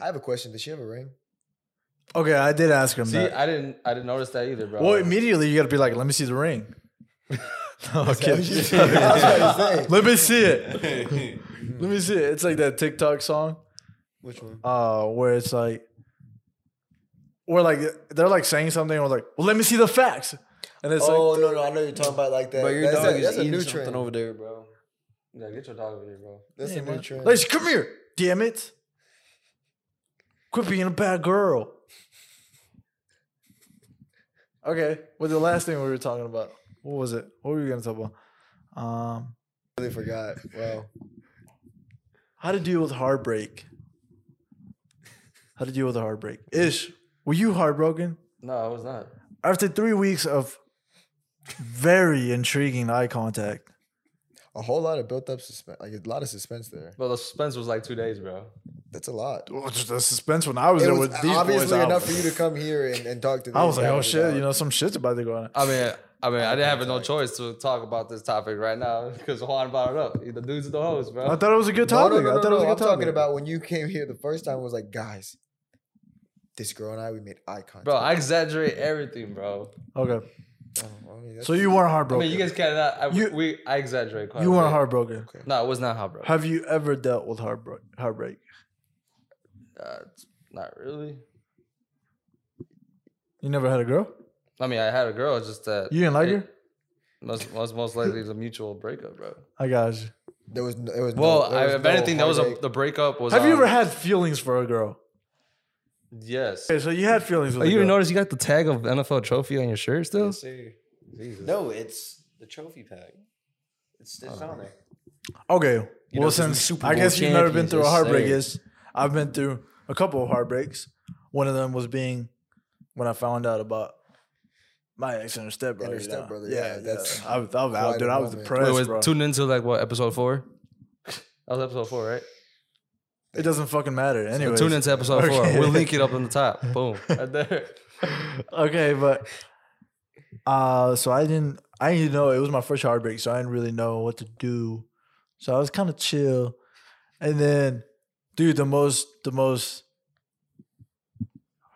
S1: I have a question. Does she have a ring?
S2: Okay, I did ask him
S3: See,
S2: that.
S3: I didn't I didn't notice that either, bro.
S2: well, immediately you gotta be like, "Let me see the ring." no, I'm kidding.
S1: That's what I was saying.
S2: Let me see it. Let me see it. It's like that TikTok song.
S1: Which one?
S2: uh, where it's like, where like they're like saying something, or like, well, let me see the facts, and it's
S1: Oh
S2: like,
S1: no, no, I know you're talking about like that.
S5: But your
S1: that's
S5: dog
S1: a,
S5: is
S1: that's a
S5: eating
S1: new
S5: something
S1: trend.
S5: over there, bro.
S3: yeah, get your dog over here, bro.
S1: that's a new trend.
S2: Lacey, come here, damn it, quit being a bad girl. Okay, well, the last thing we were talking about, what was it? What were we gonna talk about? Um,
S1: really forgot. Wow.
S2: how to deal with heartbreak. How to deal with heartbreak? Ish, were you heartbroken?
S3: No, I was not.
S2: after three weeks of very intriguing eye contact.
S1: A whole lot of built up suspense, like a lot of suspense there.
S3: But the suspense was like two days, bro.
S1: That's a lot.
S2: Well, just the suspense when I was
S1: It
S2: there
S1: was
S2: with these boys.
S1: obviously
S2: I
S1: enough for
S2: was-
S1: you to come here and, and talk to.
S2: I
S1: these
S2: was like, oh
S1: guys
S2: shit,
S1: about-
S2: you know, some shit's about to go on.
S3: I mean, I mean, I didn't have no choice to talk about this topic right now because Juan brought it up. The dudes are the hoes, bro.
S2: I thought it was a good
S1: No,
S2: topic.
S1: no, no, no,
S2: I thought it
S1: no.
S2: was a good
S1: I'm
S2: topic.
S1: talking about when you came here the first time. Was like, guys, this girl and I, we made eye contact. Oh,
S3: Bro, I exaggerate everything, bro.
S2: Okay,
S1: I mean, that's-
S2: so you weren't
S3: I
S2: heartbroken.
S3: mean, you guys cannot. I,
S2: You-
S3: we I exaggerate. Quite
S2: you
S3: a
S2: weren't
S3: bit.
S2: heartbroken.
S3: No, it was not hard, bro.
S2: Have you ever dealt with heartbreak? Heartbreak?
S3: Uh, it's not really.
S2: You never had a girl?
S3: I mean, I had a girl, it's just that
S2: You didn't like
S3: it
S2: her?
S3: most most most likely it's a mutual breakup, bro.
S2: I got you.
S1: there was no, there was
S3: Well,
S1: no, there
S3: I,
S1: was
S3: if
S1: no
S3: anything, that was a,
S1: heartache.
S3: the breakup was.
S2: Have you
S3: on-
S2: ever had feelings for a girl?
S3: Yes.
S2: Okay, so you had feelings with a girl.
S3: notice Oh, you got the tag of NFL trophy on your shirt still?
S5: No, it's the trophy pack. It's, it's on there.
S2: Okay.
S5: You know,
S2: well,
S5: 'cause we
S2: since
S5: Super
S2: I
S5: Bowl
S2: guess you've never been
S5: champions,
S2: through a
S5: just
S2: heartbreak,
S5: saying.
S2: is I've been through a couple of heartbreaks. One of them was being when I found out about my ex and her stepbrother.
S1: And her stepbrother, yeah,
S2: that's
S1: that's
S2: I, was- I was
S1: quite
S2: out,
S1: a
S2: dude. I was
S1: moment.
S2: depressed,
S3: Wait,
S2: bro.
S3: was tuned into like what episode four? That was episode four, right?
S2: it doesn't fucking matter. Anyway,
S3: Tune into episode four.
S2: Okay.
S3: We'll link it up on the top. Boom. Right there.
S2: okay, but uh, so I didn't. I didn't know it was my first heartbreak, so I didn't really know what to do. So I was kind of chill, and then, dude, the most the most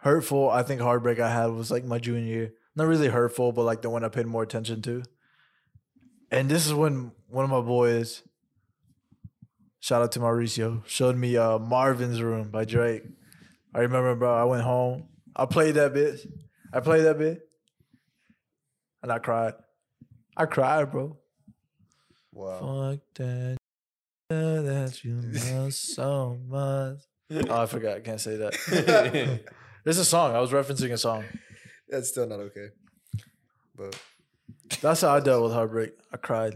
S2: hurtful I think heartbreak I had was like my junior year. Not really hurtful, but like the one I paid more attention to. And this is when one of my boys, shout out to Mauricio, showed me uh, Marvin's Room by Drake. I remember, bro. I went home. I played that bitch. I played that bit, and I cried. I cried, bro.
S1: wow.
S2: Fuck that. That you love so much. Oh, I forgot. I can't say that. There's a song. I was referencing a song.
S1: That's still not okay. But
S2: That's how I dealt with heartbreak. I cried.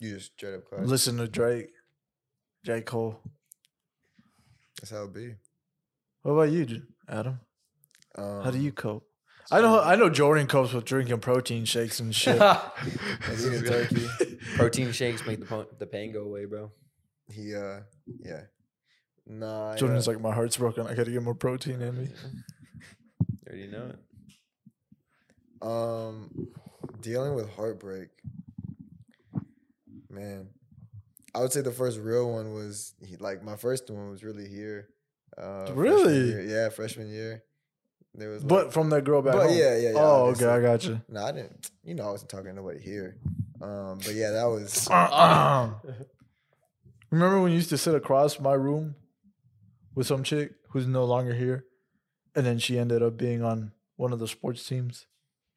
S1: you just straight up cried.
S2: Listen to Drake, J. Cole.
S1: That's how it be.
S2: What about you, J- Adam?
S1: Um,
S2: How do you cope? I know. I know Jordan copes with drinking protein shakes and shit.
S1: and eating Um, turkey?
S5: Protein shakes make the pun- the pain go away, bro.
S1: He uh yeah. Nah. I,
S2: Jordan's
S1: uh,
S2: like, my heart's broken. I gotta get more protein in me.
S5: You already know it.
S1: um dealing with heartbreak. Man. I would say the first real one was he- like my first one was really here. Uh, freshman
S2: Really?
S1: year. Yeah, freshman year. There was.
S2: But
S1: like-
S2: from that girl back
S1: But
S2: home.
S1: yeah, yeah, yeah,
S2: Oh,
S1: obviously.
S2: okay, I got you.
S1: no, I didn't. You know, I wasn't talking to nobody here. Um, but yeah, that was.
S2: Remember when you used to sit across my room with some chick who's no longer here, and then she ended up being on one of the sports teams.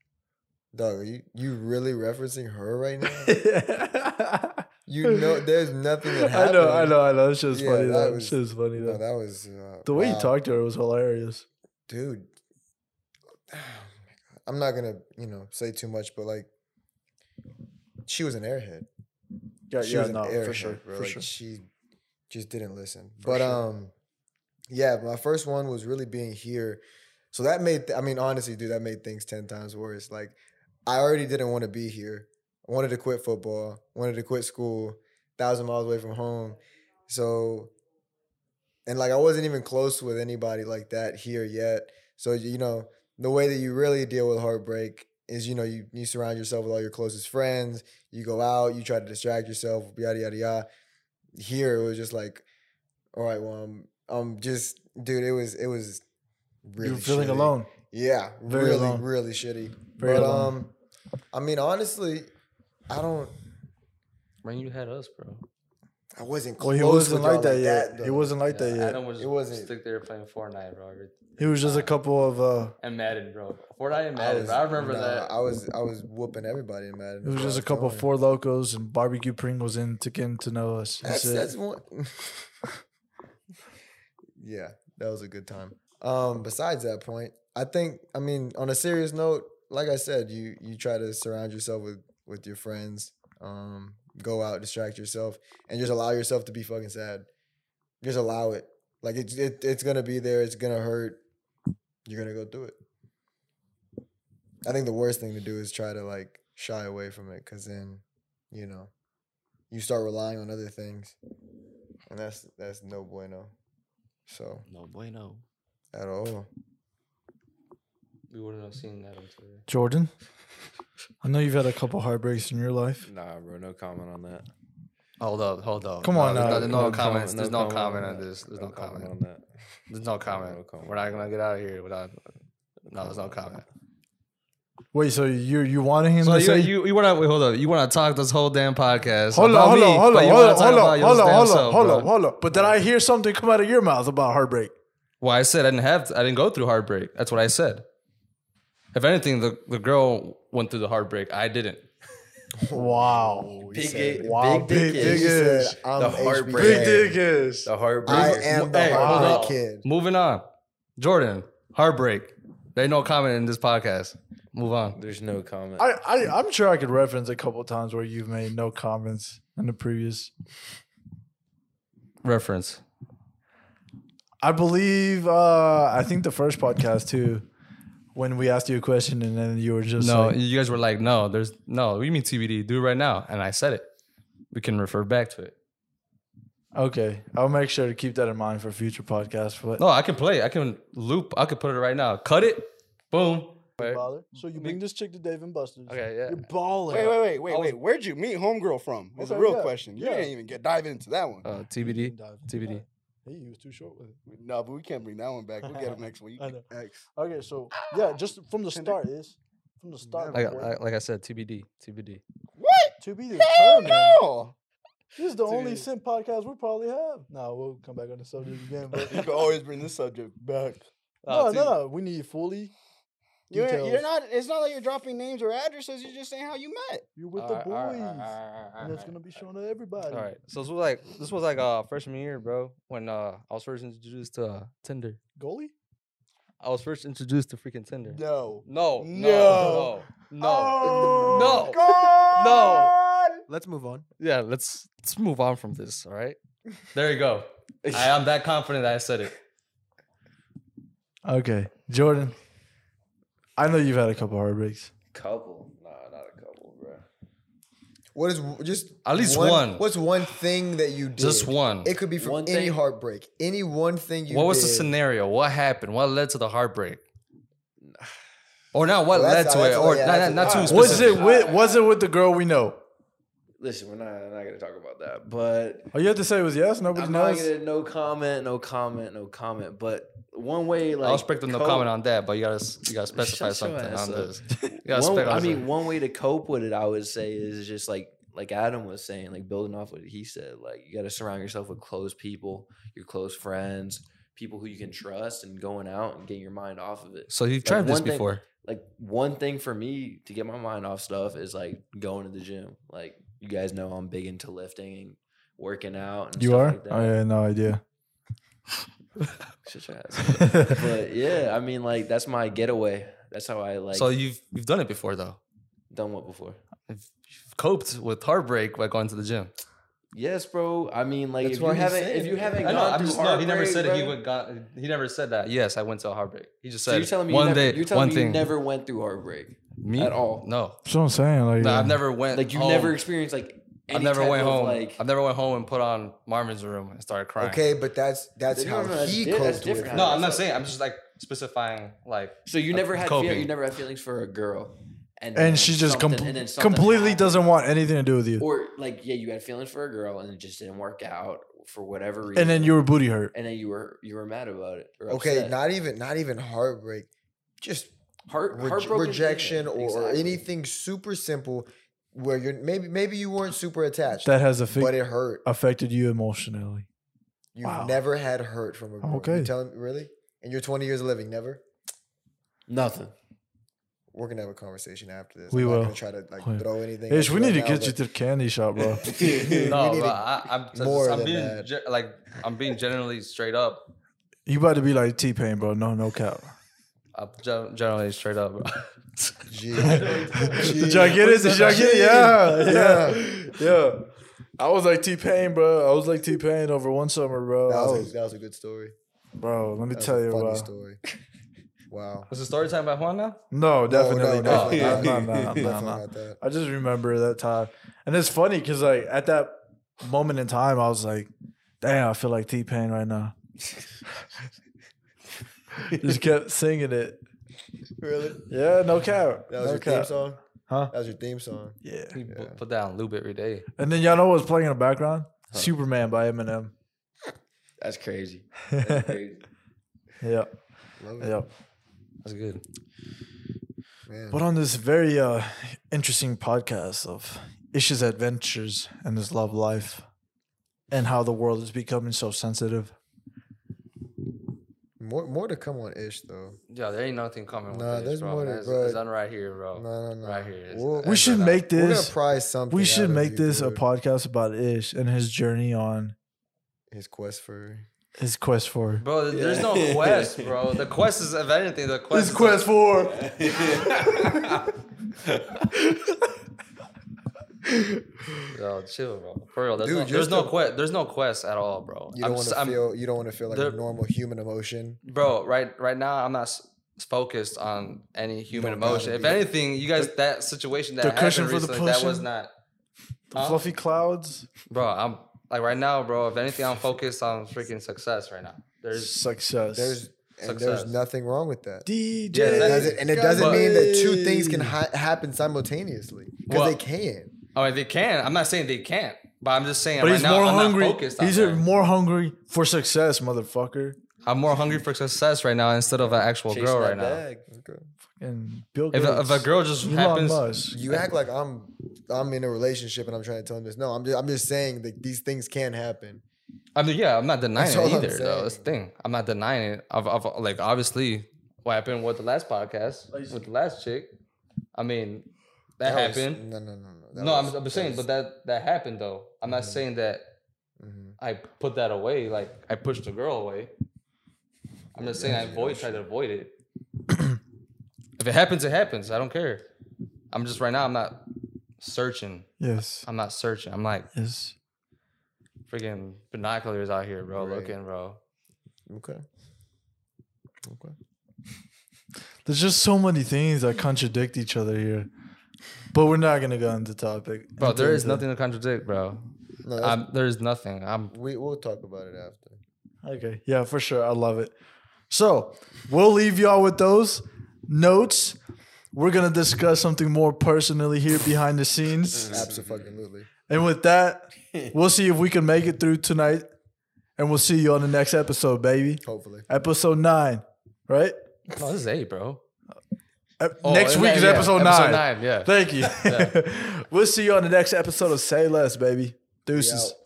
S1: Dog, are you you really referencing her right now?
S2: I
S1: You know, there's nothing that happened.
S2: know, I know, I know. It's just
S1: Yeah,
S2: funny.
S1: that
S2: That
S1: was-
S2: was just funny.
S1: No,
S2: Though. um,
S1: that was uh,
S2: the way
S1: wow.
S2: you talked to her was hilarious.
S1: dude. oh my God. I'm not gonna you know say too much, but like, she was an airhead.
S2: Yeah,
S1: she
S2: yeah,
S1: was an
S2: no,
S1: airhead,
S2: for sure,
S1: bro.
S2: for
S1: Like,
S2: sure.
S1: She just didn't listen.
S2: For
S1: but
S2: sure.
S1: um, yeah, my first one was really being here, so that made th- I mean honestly, dude, that made things ten times worse. Like, I already didn't want to be here. I wanted to quit football. Wanted to quit school. Thousand miles away from home. So, and like I wasn't even close with anybody like that here yet. So you know the way that you really deal with heartbreak is you know you you surround yourself with all your closest friends. You go out. You try to distract yourself. Yada yada yada. Here it was just like, all right, well I'm I'm just dude. It was it was really
S2: You're feeling
S1: shitty.
S2: alone.
S1: Yeah,
S2: Very
S1: really
S2: alone.
S1: really shitty.
S2: Very
S1: but
S2: alone.
S1: um, I mean honestly, I don't.
S3: Man, you had us, bro.
S1: I wasn't
S2: Well,
S1: close.
S2: he wasn't
S1: with y'all
S2: like that yet.
S1: though.
S2: he wasn't like that
S3: Yeah,
S2: yet.
S3: Adam was
S1: It wasn't-
S3: stick there playing Fortnite, bro.
S2: He was just a couple of. uh
S3: And Madden, bro. Fortnite and
S1: I
S3: Madden.
S1: was-
S3: bro. I remember
S1: nah,
S3: that.
S1: I was I was whooping everybody in Madden.
S2: It was
S1: bro,
S2: just a
S1: I'm
S2: couple of
S1: telling you.
S2: four locos and barbecue Pringles in to get to know us.
S1: That's
S2: That's, it.
S1: that's one. yeah, that was a good time. Um, besides that point, I think I mean on a serious note, like I said, you you try to surround yourself with with your friends. Um, go out, distract yourself, and just allow yourself to be fucking sad. Just allow it. Like it's it, it's gonna be there. It's gonna hurt. You're gonna go through it. I think the worst thing to do is try to like shy away from it, because then, you know, you start relying on other things, and that's that's no bueno. So
S3: No bueno.
S1: at all,
S3: We wouldn't have seen that until then.
S2: Jordan, I know you've had a couple heartbreaks in your life.
S5: Nah, bro, no comment on that.
S3: Hold up, hold up.
S2: Come
S3: No,
S2: on
S3: there's
S2: now.
S3: no, there's no
S2: No
S3: comments. There's no comment
S5: on
S3: on
S5: that.
S3: this. There's no
S5: on
S3: comment.
S5: that.
S3: There's no
S5: no
S3: comment.
S5: comment.
S3: We're not gonna get out of here without. No, there's no
S5: comment on
S3: comment.
S2: Wait, so you you wanted him
S3: So
S2: to
S3: you,
S2: say?
S3: you you wanna wait, hold up. You wanna talk this whole damn podcast?
S2: hold
S3: about
S2: on, hold
S3: me,
S2: on, hold
S3: but
S2: on,
S3: you
S2: hold
S3: wanna
S2: on,
S3: talk
S2: hold
S3: about
S2: on,
S3: your
S2: hold
S3: damn
S2: on, hold on,
S3: self,
S2: hold
S3: bro.
S2: on, hold on. But did I hear something come out of your mouth about heartbreak?
S3: Well, I said I didn't have. I didn't go through heartbreak. That's what I said. If anything, the, the girl went through the heartbreak. I didn't.
S2: Wow.
S5: Big, big,
S2: Wow, big-
S5: big, big,
S2: big
S5: is
S1: He said,
S2: is.
S1: I'm
S5: the
S1: HBK.
S5: heartbreak.
S2: Big dick is.
S5: the heartbreak.
S1: I
S5: is-
S1: am the
S3: Hey, hold
S1: heartbreak
S3: up.
S1: kid.
S3: Moving on. Jordan, heartbreak. There ain't no comment in this podcast. Move on.
S5: There's no comment.
S2: I, I I'm sure I could reference a couple times where you've made no comments in the previous.
S3: Reference.
S2: I believe uh I think the first podcast too, when we asked you a question and then you were just
S3: No,
S2: like,
S3: you guys were like, no, there's no. We mean TBD. Do it right now, and I said it. We can refer back to it.
S2: okay, I'll make sure to keep that in mind for future podcasts. But
S3: No, I can play. I can loop. I can put it right now. Cut it. Boom. Wait.
S2: So you bring this chick to Dave and Buster's.
S3: Okay, yeah.
S2: balling.
S6: Wait, wait, wait, wait,
S3: I was-
S6: wait. Where'd you meet homegirl from? Is a
S2: Okay,
S6: real
S2: yeah,
S6: question. You
S2: yeah.
S6: didn't even get dive into that one.
S3: Uh, TBD. TBD.
S2: Hey, he was too short with it.
S6: no, but we can't bring that one back. We'll get it next week.
S2: I know.
S6: X.
S2: Okay, so yeah, just from the start is from the start.
S3: Like, I- like I said, TBD. TBD.
S6: What?
S2: to be
S6: Hell
S2: determined.
S6: no!
S2: This is the only
S6: Dude.
S2: sin podcast we probably have. No, we'll come back on the subject again. But
S6: You can always bring this subject back.
S2: no,
S3: Uh,
S2: no, no. We need fully.
S6: You're,
S2: details.
S6: you're not. It's not like you're dropping names or addresses. You're just saying how you met.
S2: You're with the
S3: Alright,
S2: boys,
S3: alright, alright, alright,
S2: and that's
S3: alright.
S2: gonna be shown to everybody.
S3: All right. So this was like this was like uh freshman year, bro. When uh I was first introduced to uh, Tinder.
S2: Goalie.
S3: I was first introduced to freaking Tinder.
S6: No.
S3: No. No. No.
S6: No.
S3: No. no.
S6: God.
S1: Let's move on.
S3: Yeah. Let's let's move on from this. All right. There you go. I am that confident that I said it.
S2: Okay, Jordan. I know you've had a couple heartbreaks.
S5: couple. Nah, not a couple, bro.
S1: What is w- just
S3: At least one.
S1: What's one thing that you did?
S3: Just one.
S1: It could be from
S5: One
S1: any
S5: thing.
S1: heartbreak, any one thing you.
S3: what was the
S1: did.
S3: scenario? What happened? What led to the heartbreak? Or not what
S1: Well,
S3: led
S1: that's-
S3: to
S1: that's-
S3: it? Or
S1: yeah,
S3: not,
S1: that's-
S3: not, not too
S1: alright.
S2: Was
S3: specific.
S2: it with Was it with the girl we know?
S5: Listen, we're not, we're not going to talk about that, but
S2: All you have to say was yes. Nobody
S5: I'm
S2: knows.
S5: not gonna no comment, no comment, no comment. But one way, like
S3: I'll expect them to
S5: cope-
S3: comment on that, but you gotta s- you gotta specify
S5: your
S3: something
S5: ass
S3: on
S5: up.
S3: this. You gotta
S5: one-
S3: spec on
S5: I
S3: something.
S5: mean, one way to cope with it, I would say, is just like like Adam was saying, like building off what he said. Like you got to surround yourself with close people, your close friends, people who you can trust, and going out and getting your mind off of it.
S3: so you've tried this
S5: one thing-
S3: before.
S5: Like one thing for me to get my mind off stuff is like going to the gym. Like you guys know, I'm big into lifting and working out. And
S2: You
S5: stuff
S2: are? Oh,
S5: Like that.
S2: I had no idea.
S5: Shut your ass up. but yeah, I mean, like that's my getaway. That's how I like
S3: so you've you've done it before though.
S5: done what before.
S3: You've you've coped with heartbreak by going to the gym.
S5: Yes, bro. I mean, like
S1: That's
S5: if you
S1: why he's
S5: haven't,
S1: saying
S5: if you
S1: it.
S5: haven't
S3: I know.
S5: gone
S3: I'm
S5: through
S3: just no.
S5: heartbreak,
S3: He never said
S5: bro,
S3: that he went. Got, he never said that. Yes, I went to a heartbreak. He just
S5: So
S3: said
S5: you're telling me
S3: one
S5: you never,
S3: day,
S5: You're telling
S3: one
S5: me
S3: thing.
S5: you never went through heartbreak
S3: me
S5: at all.
S3: No,
S2: That's what I'm saying. Like,
S3: no.
S2: yeah.
S3: I've never went.
S5: Like you've
S3: home.
S5: never experienced like. Any
S3: I've never
S5: type
S3: went
S5: of,
S3: home.
S5: Like
S3: I've never went home and put on Marvin's room and started crying.
S1: Okay, but that's that's
S5: No,
S1: how
S5: no, no, that's
S1: he
S5: di- that's
S1: coped with
S5: different
S1: it.
S5: how
S3: No, I'm not saying. I'm just like specifying. Like
S5: so you never had feel,
S3: coping.
S5: you never had feelings for a girl, and then
S2: and she just
S5: something-
S2: com-
S5: and then something
S2: completely
S5: happened.
S2: doesn't want anything to do with you.
S5: Or like yeah, you had feelings for a girl and it just didn't work out for whatever reason.
S2: and then you were booty hurt.
S5: and then you were you were mad about it. or
S1: Okay,
S5: upset.
S1: not even not even heartbreak, just
S5: Heart,
S1: Rej-
S5: heartbroken
S1: rejection
S5: feeling.
S1: or, or
S5: Exactly.
S1: anything super simple where you're maybe maybe you weren't super attached,
S2: That has
S1: but
S2: affected
S1: it hurt.
S2: affected you emotionally.
S1: You've
S2: Oh, Wow.
S1: never had hurt from a girl.
S2: Okay.
S1: You telling really? And you're 20 years of living, never?
S5: Nothing.
S1: We're gonna have a conversation after this.
S2: We
S1: I'm
S2: will.
S1: Not gonna try to like
S2: Wait.
S1: throw anything.
S2: Ish,
S1: at
S2: we
S1: right
S2: need to
S1: now,
S2: get you
S1: but-
S2: to the candy shop, bro.
S1: We
S3: no,
S1: need
S3: bro,
S1: to-
S3: I, I'm just,
S1: more
S3: I'm
S1: than
S3: being
S1: that.
S3: ge- like I'm being generally straight up.
S2: you about to be like T Pain, bro. No, no cap.
S3: I'm gen- generally straight up. bro.
S1: Gee.
S2: Did y'all get it? Did y'all get it? Yeah, yeah, yeah. I was like T Pain, bro. I was like T Pain over one summer, bro.
S1: That
S2: I
S1: was, a,
S2: was-
S1: that was a good story.
S2: bro, let Oh. me
S1: That was
S2: tell
S1: a
S2: you,
S1: funny
S2: bro.
S1: story. Wow. Oh,
S3: Was the story time about Juan now?
S2: No, definitely
S1: no,
S2: not.
S1: definitely
S2: No,
S1: not.
S2: no, no,
S1: Definitely
S2: no, no.
S1: not that.
S2: I just remember that time. And it's funny because like at that moment in time, I was like, damn, I feel like T Pain right now. just kept singing it.
S1: Really?
S2: Yeah, no cap.
S1: That was
S2: no
S1: your
S2: cap.
S1: theme song?
S2: Huh?
S1: That was your theme song.
S2: Yeah.
S3: He bu- put that on loop every day.
S2: And then y'all know what's playing in the background? Superman by Eminem.
S5: That's crazy. That's
S2: yeah.
S5: crazy.
S1: Love it.
S2: Yeah.
S3: That's good.
S1: Man.
S2: But on this very uh interesting podcast of Ish's adventures and his love life and how the world is becoming so sensitive.
S1: More more to come on ish though.
S3: Yeah, there ain't nothing coming.
S1: Nah,
S3: with this,
S1: there's
S3: bro.
S1: more to-
S3: There's-
S1: bro.
S3: It's done right here,
S1: No,
S3: bro.
S1: no, no.
S3: Oh, Right here. It's-
S1: We'll-
S3: it's
S2: We should
S3: done.
S2: make
S1: We're gonna
S2: this
S1: prize something.
S2: We
S1: out
S2: should
S1: of
S2: make
S1: you,
S2: this a
S1: dude.
S2: podcast about Ish and his journey on
S1: His quest for
S2: his quest for
S3: Bro, th- there's no quest, bro. The quest is, if anything, the quest. is-
S2: for
S3: Yo, chill, bro. For real, there's
S1: Dude,
S3: no, there's
S1: just
S3: no
S1: to-
S3: quest. There's no quest at all, bro.
S1: you don't want
S3: s-
S1: to feel you don't want to feel like
S3: there-
S1: a normal human emotion.
S3: bro. Right, right now, I'm not s- focused on any human
S1: don't gotta
S3: emotion. If
S1: be.
S3: anything, you guys, that situation that
S2: the cushion
S3: happened
S2: for the
S3: recently, that was
S2: pushing.
S3: not,
S2: the fluffy clouds
S3: bro. I'm like right now, bro. If anything, I'm focused on freaking success right now. There's
S2: success.
S1: There's and
S3: Success.
S1: there's nothing wrong with that.
S2: DJ
S3: Yeah,
S1: It
S3: that-
S1: doesn't- and it doesn't
S3: But-
S1: mean that two things can hi- happen simultaneously because
S3: Well-
S1: they can.
S3: I mean, Oh, they can. I'm not saying they can't, but I'm just saying.
S2: But
S3: right
S2: he's
S3: now,
S2: more
S3: I'm not
S2: hungry.
S3: focused on
S2: He's
S3: that.
S2: more hungry for success, motherfucker.
S3: I'm more hungry for success right now instead of an actual
S5: Chasing
S3: girl
S5: that
S3: right now.
S5: bag.
S2: And Bill
S3: If
S2: Gates,
S3: a, if a girl just
S2: Elon
S3: happens,
S2: Musk.
S1: You act like I'm I'm in a relationship and I'm trying to tell him this. No, I'm just I'm just saying that these things can happen.
S3: I mean, yeah, I'm not denying
S1: That's
S3: it
S1: all I'm
S3: either, though. That's the
S1: saying.
S3: thing. I'm not denying it. I've, I've like obviously what happened with the last podcast with the last chick. I mean, that,
S1: That was-
S3: happened.
S1: no, no, no, no. that
S3: no,
S1: was-
S3: I'm, I'm
S1: that
S3: saying,
S1: was- Mm-hmm.
S3: but that that happened though. I'm not saying that
S1: Mhm.
S3: I put that away. Like I pushed the girl away. I'm just saying I avoid, try to avoid it. if it happens, it happens. I don't care. I'm just right now. I'm not searching.
S2: yes,
S3: I'm not searching. I'm like
S2: yes.
S3: freaking binoculars out here, bro.
S1: Right.
S3: Looking, bro.
S1: okay. Okay.
S2: There's just so many things that contradict each other here. But we're not gonna go into topic.
S3: Bro, there is
S2: into-
S3: nothing to contradict, bro.
S1: No, that's-
S3: I'm, there is nothing. I'm
S1: we we'll talk about it after.
S2: Okay. Yeah, for sure. I love it. So we'll leave y'all with those notes. We're gonna discuss something more personally here behind the scenes.
S1: Absolutely.
S2: And with that, we'll see if we can make it through tonight. And we'll see you on the next episode, baby.
S1: Hopefully.
S2: Episode nine, right?
S3: No, this is eight, bro.
S2: Ep-
S3: Oh,
S2: next
S3: yeah,
S2: week is
S3: yeah,
S2: episode, nine.
S3: Episode nine, yeah.
S2: Thank you. we'll see you on the next episode of Say Less, baby. Deuces.
S1: out.